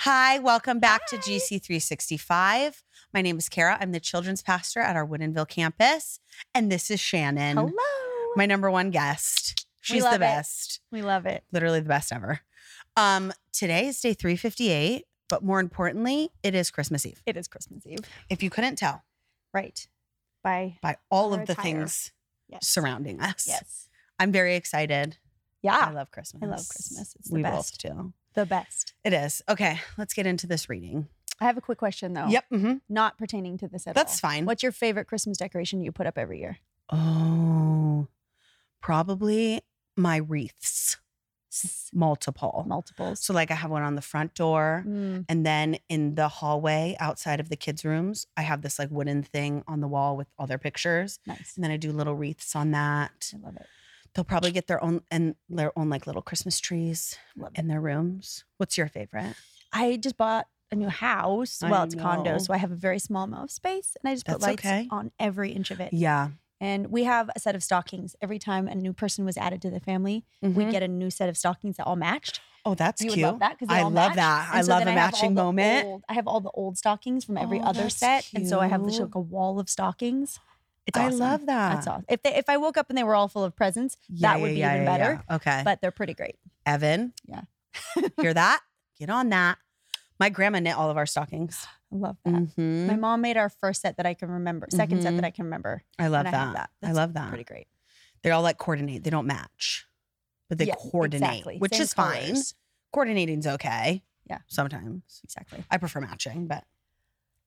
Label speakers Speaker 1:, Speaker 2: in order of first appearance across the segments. Speaker 1: Hi, welcome back to GC365. My name is Kara. I'm the children's pastor at our Woodinville campus. And this is Shannon,
Speaker 2: Hello.
Speaker 1: my number one guest.
Speaker 2: We
Speaker 1: She's
Speaker 2: love
Speaker 1: the
Speaker 2: it.
Speaker 1: best,
Speaker 2: we love it.
Speaker 1: literally the best ever. Um, today is day 358, but more importantly, it is Christmas Eve.
Speaker 2: It is Christmas Eve.
Speaker 1: If you couldn't tell
Speaker 2: Right. Bye.
Speaker 1: by all
Speaker 2: Our
Speaker 1: of the
Speaker 2: attire.
Speaker 1: things
Speaker 2: Yes.
Speaker 1: surrounding us,
Speaker 2: Yes.
Speaker 1: I'm very excited. I
Speaker 2: Yeah.
Speaker 1: love Christmas.
Speaker 2: Christmas. It's the
Speaker 1: we
Speaker 2: best.
Speaker 1: both do.
Speaker 2: The best.
Speaker 1: It is. Okay, let's get into this reading.
Speaker 2: I have a quick question though.
Speaker 1: Yep. mhm.
Speaker 2: Not pertaining to this at all.
Speaker 1: That's fine.
Speaker 2: What's your favorite Christmas decoration you put up every year?
Speaker 1: Oh, probably my wreaths, multiple.
Speaker 2: Multiples.
Speaker 1: So, like, I have one on the front door.
Speaker 2: Mm.
Speaker 1: And then in the hallway outside of the kids' rooms, I have this like wooden thing on the wall with all their pictures.
Speaker 2: Nice.
Speaker 1: And then I do little wreaths on that.
Speaker 2: I love it.
Speaker 1: They'll probably get their own and their own like little Christmas trees
Speaker 2: Love it.
Speaker 1: in their rooms. What's your favorite?
Speaker 2: I just bought a new house.
Speaker 1: I
Speaker 2: well, it's
Speaker 1: know.
Speaker 2: condo, so I have a very small amount of space, and I just put
Speaker 1: That's
Speaker 2: lights
Speaker 1: okay.
Speaker 2: on every inch of it.
Speaker 1: Yeah.
Speaker 2: And we have a set of stockings. Every time a new person was added to the family, we
Speaker 1: Mhm.
Speaker 2: get a new set of stockings that all matched.
Speaker 1: oh, that's
Speaker 2: you
Speaker 1: cute.
Speaker 2: would love that because
Speaker 1: I love that. I love a matching moment.
Speaker 2: I have all the old stockings from every
Speaker 1: Oh,
Speaker 2: other
Speaker 1: that's
Speaker 2: set, and so I have this
Speaker 1: cute.
Speaker 2: like a wall of stockings. It's
Speaker 1: I
Speaker 2: awesome.
Speaker 1: love that.
Speaker 2: That's awesome. If they, if I woke up and they were all full of presents,
Speaker 1: Yeah,
Speaker 2: that would
Speaker 1: yeah,
Speaker 2: be
Speaker 1: yeah,
Speaker 2: even
Speaker 1: yeah, yeah.
Speaker 2: better.
Speaker 1: Okay.
Speaker 2: but they're pretty great.
Speaker 1: Evan.
Speaker 2: Yeah.
Speaker 1: hear that? Get on that. My grandma knit all of our stockings.
Speaker 2: I love that.
Speaker 1: Mhm.
Speaker 2: My mom made our first set that I can remember, 2nd set
Speaker 1: Mhm.
Speaker 2: that I can remember.
Speaker 1: I love
Speaker 2: and I have
Speaker 1: that. I
Speaker 2: that. That's
Speaker 1: love that.
Speaker 2: Pretty great.
Speaker 1: They're all like coordinate. They don't match, but they
Speaker 2: Yeah,
Speaker 1: coordinate,
Speaker 2: exactly.
Speaker 1: which
Speaker 2: Same
Speaker 1: is fine.
Speaker 2: colors.
Speaker 1: Coordinating's okay.
Speaker 2: Yeah.
Speaker 1: Sometimes
Speaker 2: Exactly.
Speaker 1: I prefer matching, but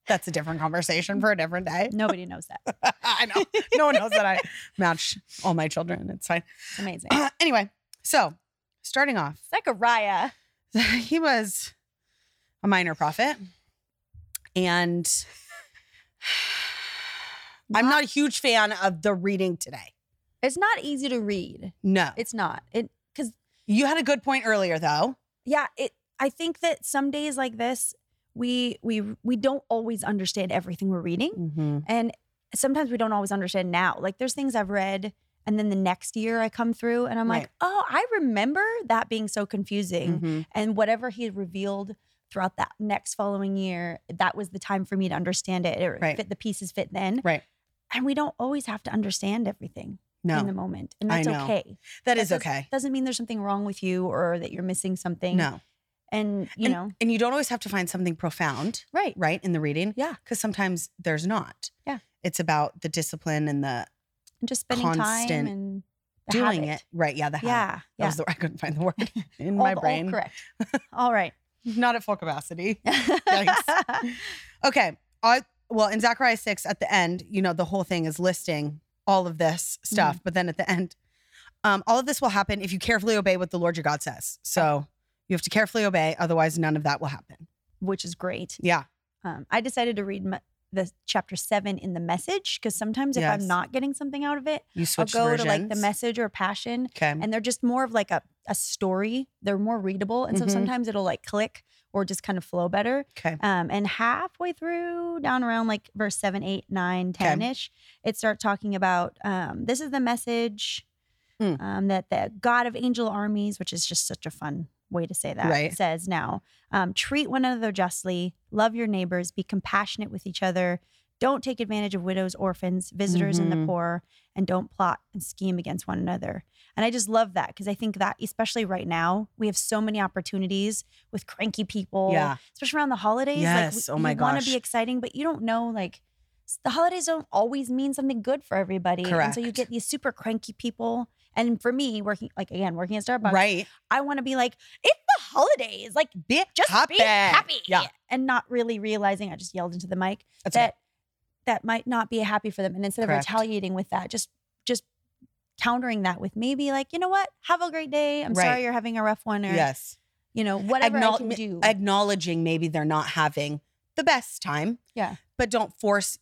Speaker 1: that's a different conversation for a different day.
Speaker 2: Nobody knows that. It's
Speaker 1: I know. No one knows that I match all my children. It's fine.
Speaker 2: amazing.
Speaker 1: anyway, so starting off,
Speaker 2: Zechariah.
Speaker 1: he was a minor prophet and i'm not a huge fan of the reading today
Speaker 2: It's not easy to read.
Speaker 1: no
Speaker 2: It's not. It because
Speaker 1: you had a good point earlier though
Speaker 2: yeah, it I think that some days like this, we we we don't always understand everything we're reading. And sometimes we don't always understand now. Like there's things I've read and then the next year I come through and I'm
Speaker 1: Right.
Speaker 2: like, oh, I remember that being so confusing.
Speaker 1: Mhm.
Speaker 2: And whatever he had revealed throughout that next following year, that was the time for me to understand it. It
Speaker 1: Right.
Speaker 2: fit the pieces fit then.
Speaker 1: Right.
Speaker 2: And we don't always have to understand everything in the
Speaker 1: no
Speaker 2: moment. And
Speaker 1: I
Speaker 2: that's
Speaker 1: know.
Speaker 2: okay.
Speaker 1: that is
Speaker 2: does-
Speaker 1: okay
Speaker 2: Doesn't mean there's something wrong with you or that you're missing something.
Speaker 1: no
Speaker 2: And you
Speaker 1: and,
Speaker 2: know,
Speaker 1: and you don't always have to find something profound
Speaker 2: right.
Speaker 1: right in the reading
Speaker 2: Yeah.
Speaker 1: because sometimes there's not
Speaker 2: Yeah.
Speaker 1: it's about the discipline and the
Speaker 2: And just spending time
Speaker 1: Constant
Speaker 2: and the
Speaker 1: doing
Speaker 2: habit.
Speaker 1: it right yeah the habit.
Speaker 2: Yeah.
Speaker 1: that
Speaker 2: Yeah.
Speaker 1: was the i couldn't find the word in
Speaker 2: all,
Speaker 1: my
Speaker 2: all
Speaker 1: brain
Speaker 2: correct. All right.
Speaker 1: not at full capacity Okay. I, well, in Zechariah 6, at the end, you know, the whole thing is listing all of this stuff.
Speaker 2: Mm-hmm.
Speaker 1: But then at the end, um, all of this will happen if you carefully obey what the Lord your God says.
Speaker 2: Oh.
Speaker 1: So you have to carefully obey, otherwise, none of that will happen.
Speaker 2: Which is great.
Speaker 1: Yeah.
Speaker 2: Um, I decided to read m- the chapter seven in the message because sometimes if
Speaker 1: Yes.
Speaker 2: I'm not getting something out of it,
Speaker 1: You switch
Speaker 2: I'll go
Speaker 1: versions. Mm-hmm.
Speaker 2: to like the message or passion
Speaker 1: Okay.
Speaker 2: and they're just more of like a, a story. They're more readable. And so
Speaker 1: Mhm.
Speaker 2: sometimes it'll like click or just kind of flow better.
Speaker 1: Okay.
Speaker 2: Um, and halfway through, down around like verse 7, 8, 9, 10 ish, it starts talking about um, this is the message
Speaker 1: Mm.
Speaker 2: um, that the God of angel armies, which is just such a fun way to say that,
Speaker 1: Right.
Speaker 2: says now um, treat one another justly, love your neighbors, be compassionate with each other. Don't take advantage of widows, orphans, visitors, and
Speaker 1: Mhm.
Speaker 2: the poor, and don't plot and scheme against one another. And I just love that because I think that, especially right now, we have so many opportunities with cranky people,
Speaker 1: Yeah.
Speaker 2: especially around the holidays.
Speaker 1: Yes.
Speaker 2: Like,
Speaker 1: Oh my
Speaker 2: you want
Speaker 1: gosh.
Speaker 2: to be exciting, but you don't know, like, s- the holidays don't always mean something good for everybody. And so you
Speaker 1: Correct.
Speaker 2: get these super cranky people. And for me, working, like, again, working at Starbucks,
Speaker 1: Right.
Speaker 2: I want to be like, it's the holidays. Like,
Speaker 1: Be
Speaker 2: just
Speaker 1: happy.
Speaker 2: be happy.
Speaker 1: Yeah.
Speaker 2: And not really realizing, I just yelled into the mic
Speaker 1: That's
Speaker 2: that that might not be happy for them and instead
Speaker 1: Correct.
Speaker 2: of retaliating with that just just countering that with maybe like you know what have a great day i'm
Speaker 1: Right.
Speaker 2: sorry you're having a rough one or
Speaker 1: okay. Yes.
Speaker 2: you know whatever i
Speaker 1: Acknowl-
Speaker 2: can do
Speaker 1: Acknowledging maybe they're not having the best time.
Speaker 2: Yeah.
Speaker 1: But don't force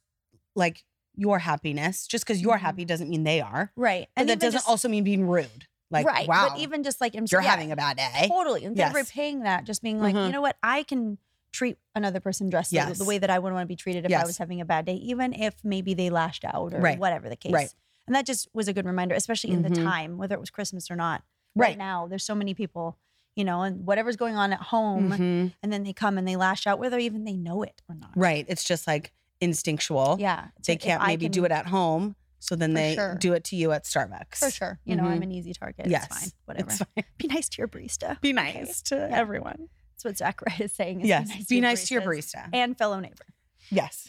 Speaker 1: like your happiness. Just because you're
Speaker 2: Mhm.
Speaker 1: happy doesn't mean they are.
Speaker 2: right
Speaker 1: But that
Speaker 2: even
Speaker 1: doesn't
Speaker 2: just-
Speaker 1: also mean being rude. Like,
Speaker 2: right
Speaker 1: wow,
Speaker 2: but even just like I'm
Speaker 1: you're
Speaker 2: yeah,
Speaker 1: having a bad day.
Speaker 2: totally instead
Speaker 1: Yes.
Speaker 2: of repaying that just being like
Speaker 1: Mhm.
Speaker 2: you know what i can treat another person dressed the-
Speaker 1: Yes.
Speaker 2: the way that i would want to be treated if i
Speaker 1: Yes.
Speaker 2: was having a bad day even if maybe they lashed out or
Speaker 1: Right.
Speaker 2: whatever the case
Speaker 1: Right.
Speaker 2: and that just was a good reminder especially in
Speaker 1: Mhm.
Speaker 2: the time whether it was christmas or not
Speaker 1: Right.
Speaker 2: now there's so many people you know, and whatever's going on at home.
Speaker 1: Mhm.
Speaker 2: And then they come and they lash out, whether even they know it or not.
Speaker 1: Right. It's just like instinctual.
Speaker 2: Yeah.
Speaker 1: They can't maybe do it at home. So then
Speaker 2: For
Speaker 1: they
Speaker 2: sure.
Speaker 1: do it to you at Starbucks.
Speaker 2: For sure. You know, I'm an easy target.
Speaker 1: Mm-hmm. Yes.
Speaker 2: It's fine. Whatever.
Speaker 1: It's fine.
Speaker 2: Be nice to your barista.
Speaker 1: Be nice to
Speaker 2: Yeah.
Speaker 1: everyone.
Speaker 2: That's what Zachariah is saying. Is
Speaker 1: Yes. Be nice to your
Speaker 2: baristas
Speaker 1: barista.
Speaker 2: And fellow neighbor.
Speaker 1: Yes.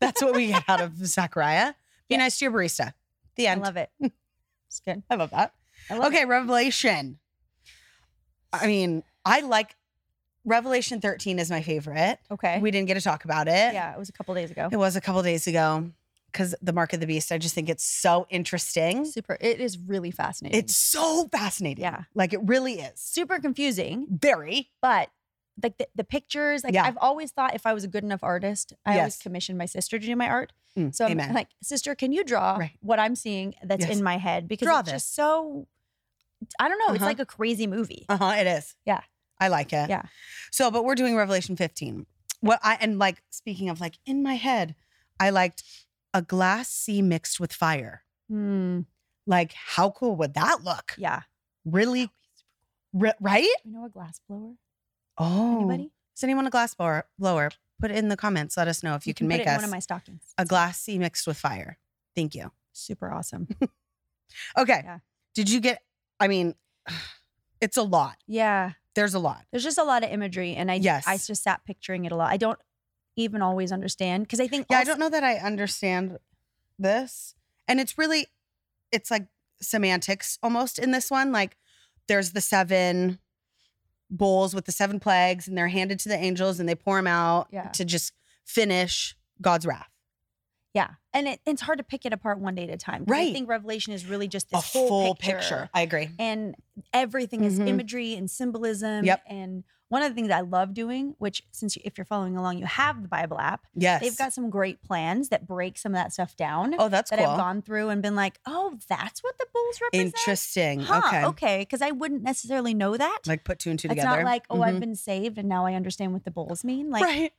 Speaker 1: That's what we get out of Zachariah. Be
Speaker 2: Yeah.
Speaker 1: nice to your barista. The end.
Speaker 2: I love it. It's good.
Speaker 1: I love that.
Speaker 2: I love
Speaker 1: okay,
Speaker 2: it.
Speaker 1: Revelation. I mean, I like Revelation 13 is my favorite.
Speaker 2: Okay.
Speaker 1: We didn't get to talk about it.
Speaker 2: yeah, it was a couple days ago.
Speaker 1: It was a couple days ago because the Mark of the Beast, I just think it's so interesting.
Speaker 2: Super. It is really fascinating.
Speaker 1: It's so fascinating.
Speaker 2: Yeah.
Speaker 1: Like it really is.
Speaker 2: super confusing.
Speaker 1: Very.
Speaker 2: but like the, the pictures like
Speaker 1: Yeah.
Speaker 2: i've always thought if i was a good enough artist i always
Speaker 1: Yes.
Speaker 2: commissioned my sister to do my art
Speaker 1: Mm,
Speaker 2: so i'm
Speaker 1: amen.
Speaker 2: like sister can you draw
Speaker 1: Right.
Speaker 2: what i'm seeing that's
Speaker 1: Yes.
Speaker 2: in my head because
Speaker 1: Draw
Speaker 2: it's just so i don't know it's
Speaker 1: Uh-huh.
Speaker 2: like a crazy movie
Speaker 1: Uh huh. It is.
Speaker 2: Yeah.
Speaker 1: I like it.
Speaker 2: Yeah.
Speaker 1: So, but we're doing Revelation 15. What I, and like speaking of like in my head, I liked a glass sea mixed with fire.
Speaker 2: Mm,
Speaker 1: Like, how cool would that look?
Speaker 2: yeah
Speaker 1: Really, ri- right?
Speaker 2: you know a glass blower
Speaker 1: Oh,
Speaker 2: anybody
Speaker 1: is anyone a glass blower? Blower? Put it in the comments. Let us know if you, can,
Speaker 2: put
Speaker 1: make
Speaker 2: it in
Speaker 1: us
Speaker 2: one of my stockings
Speaker 1: a glass sea mixed with fire. Thank you.
Speaker 2: super awesome
Speaker 1: Okay.
Speaker 2: Yeah.
Speaker 1: Did you get? I mean, it's a lot.
Speaker 2: yeah
Speaker 1: There's a lot.
Speaker 2: there's just a lot of imagery and i
Speaker 1: Yes.
Speaker 2: i just sat picturing it a lot i don't even always understand because i think
Speaker 1: Yeah, I
Speaker 2: also-
Speaker 1: don't know that I understand this, and it's really, it's like semantics almost in this one. Like, there's the seven bowls with the seven plagues, and they're handed to the angels, and they pour them out
Speaker 2: Yeah.
Speaker 1: to just finish God's wrath.
Speaker 2: Yeah. And it, it's hard to pick it apart one day at a time. 'cause
Speaker 1: Right.
Speaker 2: I think Revelation is really just
Speaker 1: A
Speaker 2: this whole
Speaker 1: full picture. I agree.
Speaker 2: And everything is
Speaker 1: Mhm.
Speaker 2: imagery and symbolism.
Speaker 1: Yep.
Speaker 2: And one of the things I love doing, which since you, if you're following along, you have the Bible app,
Speaker 1: Yes.
Speaker 2: they've got some great plans that break some of that stuff down
Speaker 1: Oh, that's
Speaker 2: that
Speaker 1: cool.
Speaker 2: I've gone through and been like, oh, that's what the bulls represent.
Speaker 1: Interesting.
Speaker 2: Huh,
Speaker 1: okay.
Speaker 2: Okay. Because I wouldn't necessarily know that.
Speaker 1: Like put two and two
Speaker 2: it's
Speaker 1: together.
Speaker 2: not like, oh,
Speaker 1: Mhm.
Speaker 2: I've been saved and now I understand what the bulls mean. Like,
Speaker 1: right.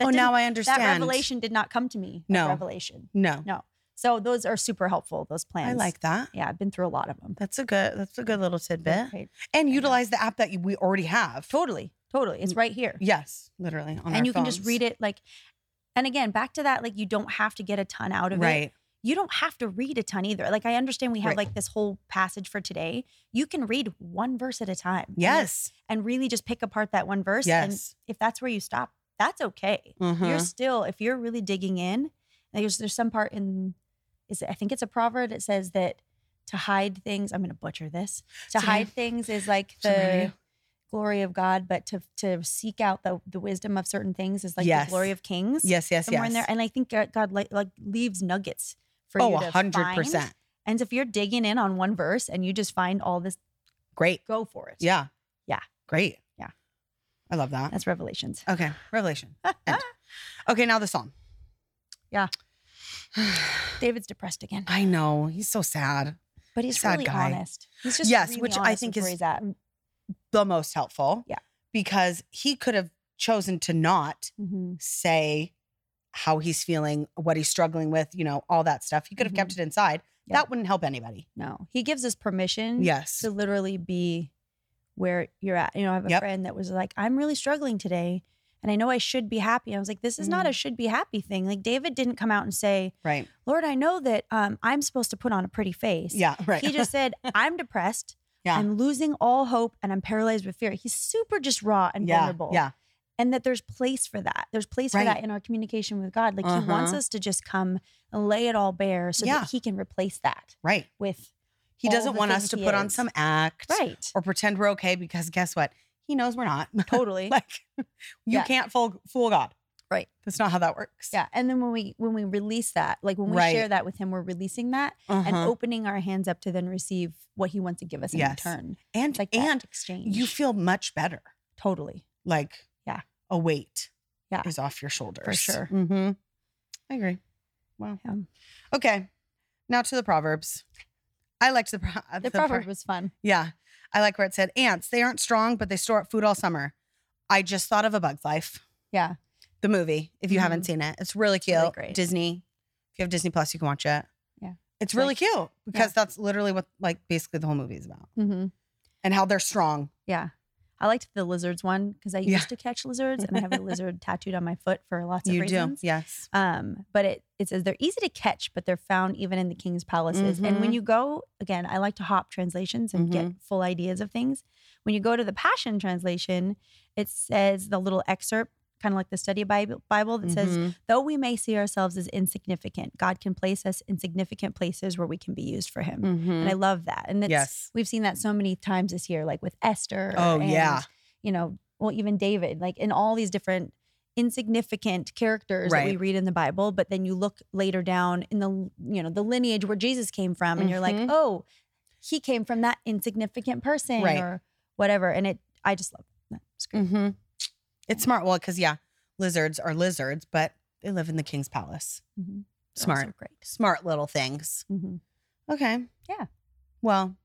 Speaker 2: that
Speaker 1: Oh,
Speaker 2: didn't-
Speaker 1: now I understand.
Speaker 2: that revelation did not come to me. at
Speaker 1: No.
Speaker 2: Revelation.
Speaker 1: No,
Speaker 2: So those are super helpful. Those plans.
Speaker 1: I like that.
Speaker 2: Yeah, I've been through a lot of them.
Speaker 1: That's a good. That's a good little tidbit.
Speaker 2: Okay.
Speaker 1: And
Speaker 2: know.
Speaker 1: utilize the app that you- we already have.
Speaker 2: Totally, totally. It's right here,
Speaker 1: Yes, literally. On
Speaker 2: and you can just read it. Like, and again, back to that. Like, you don't have to get a ton out of it.
Speaker 1: Right.
Speaker 2: You don't have to read a ton either. Like, I understand we have
Speaker 1: Right.
Speaker 2: like this whole passage for today. You can read one verse at a time. and-
Speaker 1: Yes.
Speaker 2: and, really just pick apart that one verse. And
Speaker 1: Yes.
Speaker 2: if that's where you stop, that's okay. You're
Speaker 1: Mhm.
Speaker 2: still if you're really digging in. There's there's some part in is it, I think it's a proverb. It says that to hide things. I'm going to butcher this. To
Speaker 1: It's okay.
Speaker 2: hide things is like
Speaker 1: It's all right.
Speaker 2: the glory of God, but to to seek out the the wisdom of certain things is like
Speaker 1: Yes.
Speaker 2: the glory of kings.
Speaker 1: Yes. Yes.
Speaker 2: somewhere
Speaker 1: Yes.
Speaker 2: in there. And I think God- God like, like leaves nuggets for
Speaker 1: Oh,
Speaker 2: you
Speaker 1: a
Speaker 2: to
Speaker 1: hundred
Speaker 2: find.
Speaker 1: percent.
Speaker 2: And so if you're digging in on one verse and you just find all this,
Speaker 1: Great.
Speaker 2: go for it.
Speaker 1: Yeah.
Speaker 2: Yeah.
Speaker 1: Great.
Speaker 2: Yeah.
Speaker 1: I love that.
Speaker 2: that's Revelations.
Speaker 1: okay. Revelation. End. okay. Now the psalm.
Speaker 2: Yeah. David's depressed again,
Speaker 1: I know he's so sad.
Speaker 2: but he's
Speaker 1: Sad
Speaker 2: really
Speaker 1: guy.
Speaker 2: honest. He's just
Speaker 1: Yes,
Speaker 2: really
Speaker 1: which I
Speaker 2: honest
Speaker 1: think is
Speaker 2: with where he's at.
Speaker 1: The most helpful.
Speaker 2: Yeah.
Speaker 1: Because he could have chosen to not
Speaker 2: Mhm.
Speaker 1: say how he's feeling, what he's struggling with, you know, all that stuff. He could have kept it inside.
Speaker 2: Mm-hmm. Yeah.
Speaker 1: That wouldn't help anybody.
Speaker 2: No, he gives us permission
Speaker 1: Yes.
Speaker 2: to literally be where you're at. You know, I have a
Speaker 1: Yep.
Speaker 2: friend that was like, I'm really struggling today. And I know I should be happy. I was like, this is
Speaker 1: Mm.
Speaker 2: not a should be happy thing. Like, David didn't come out and say,
Speaker 1: Right.
Speaker 2: Lord, I know that um, I'm supposed to put on a pretty face.
Speaker 1: Yeah. Right.
Speaker 2: He just said, I'm depressed.
Speaker 1: Yeah.
Speaker 2: I'm losing all hope and I'm paralyzed with fear. He's super just raw and
Speaker 1: yeah.
Speaker 2: vulnerable.
Speaker 1: Yeah.
Speaker 2: And that there's place for that. There's place for
Speaker 1: Right.
Speaker 2: that in our communication with God. Like, he wants
Speaker 1: Uh-huh.
Speaker 2: us to just come and lay it all bare so
Speaker 1: Yeah.
Speaker 2: that he can replace that
Speaker 1: Right.
Speaker 2: with,
Speaker 1: He
Speaker 2: all
Speaker 1: doesn't
Speaker 2: the
Speaker 1: want us
Speaker 2: things
Speaker 1: to
Speaker 2: he
Speaker 1: put on
Speaker 2: is.
Speaker 1: some act
Speaker 2: right.
Speaker 1: or pretend we're okay because guess what? He knows we're not.
Speaker 2: Totally.
Speaker 1: like you
Speaker 2: Yeah.
Speaker 1: can't fool fool God.
Speaker 2: Right.
Speaker 1: That's not how that works.
Speaker 2: Yeah, and then when we when we release that, like when we
Speaker 1: Right.
Speaker 2: share that with him, we're releasing that
Speaker 1: Uh-huh.
Speaker 2: and oh, opening our hands up to then receive what he wants to give us in
Speaker 1: Yes.
Speaker 2: return.
Speaker 1: and
Speaker 2: It's like that
Speaker 1: and
Speaker 2: exchange.
Speaker 1: you feel much better.
Speaker 2: totally
Speaker 1: Like
Speaker 2: Yeah.
Speaker 1: a weight
Speaker 2: Yeah.
Speaker 1: is off your shoulders.
Speaker 2: sure.
Speaker 1: Mm-hmm. I agree. Wow.
Speaker 2: Yeah.
Speaker 1: Okay. Now to the proverbs. I liked the, pro-
Speaker 2: the,
Speaker 1: pro-
Speaker 2: proverb was fun.
Speaker 1: Yeah. I like where it said ants, they aren't strong, but they store up food all summer. I just thought of A Bug's Life,
Speaker 2: Yeah,
Speaker 1: the movie, if you haven't seen it. It's really cute.
Speaker 2: Mm-hmm. really great.
Speaker 1: Disney. If you have Disney Plus, you can watch it.
Speaker 2: Yeah.
Speaker 1: It's
Speaker 2: It's
Speaker 1: really
Speaker 2: like-
Speaker 1: cute because that's literally what like basically the whole movie is about
Speaker 2: mm-hmm.
Speaker 1: and how they're strong.
Speaker 2: yeah. I liked the lizards one because I
Speaker 1: Yeah.
Speaker 2: used to catch lizards and I have a lizard tattooed on my foot for lots of
Speaker 1: You do.
Speaker 2: reasons.
Speaker 1: Yes.
Speaker 2: Um, but it, it says they're easy to catch, but they're found even in the king's palaces. And when
Speaker 1: Mhm.
Speaker 2: you go, again, I like to hop translations and get full ideas of things. When you go to the Passion translation, it says the little excerpt, kind of like the study Bible, Bible that says,
Speaker 1: Mhm.
Speaker 2: though we may see ourselves as insignificant, God can place us in significant places where we can be used for Him.
Speaker 1: Mhm.
Speaker 2: Mm-hmm. And I love that. And it's,
Speaker 1: yes.
Speaker 2: we've seen that so many times this year, like with Esther.
Speaker 1: Oh,
Speaker 2: and,
Speaker 1: yeah.
Speaker 2: You know, well, even David, like in all these different insignificant characters that we
Speaker 1: Right.
Speaker 2: read in the Bible. But then you look later down in the, you know, the lineage where Jesus came from, and you're like,
Speaker 1: Mhm.
Speaker 2: oh, he came from that insignificant person
Speaker 1: Right.
Speaker 2: or whatever. And it, I just love that. It's great.
Speaker 1: Mm-hmm. It's smart. Well, because yeah, lizards are lizards, but they live in the king's palace.
Speaker 2: Mhm. They're
Speaker 1: Mm-hmm. Smart,
Speaker 2: also great.
Speaker 1: smart little things.
Speaker 2: Mhm.
Speaker 1: Okay.
Speaker 2: Yeah.
Speaker 1: Well,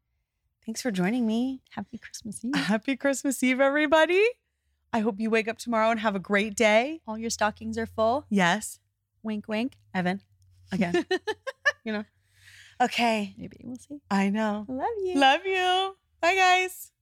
Speaker 1: thanks for joining me.
Speaker 2: Happy Christmas Eve.
Speaker 1: Happy Christmas Eve, everybody. I hope you wake up tomorrow and have a great day.
Speaker 2: All your stockings are full.
Speaker 1: Yes,
Speaker 2: Wink, wink.
Speaker 1: Evan. Again. Okay.
Speaker 2: Maybe we'll see.
Speaker 1: I know.
Speaker 2: I love you.
Speaker 1: Love you. Bye, guys.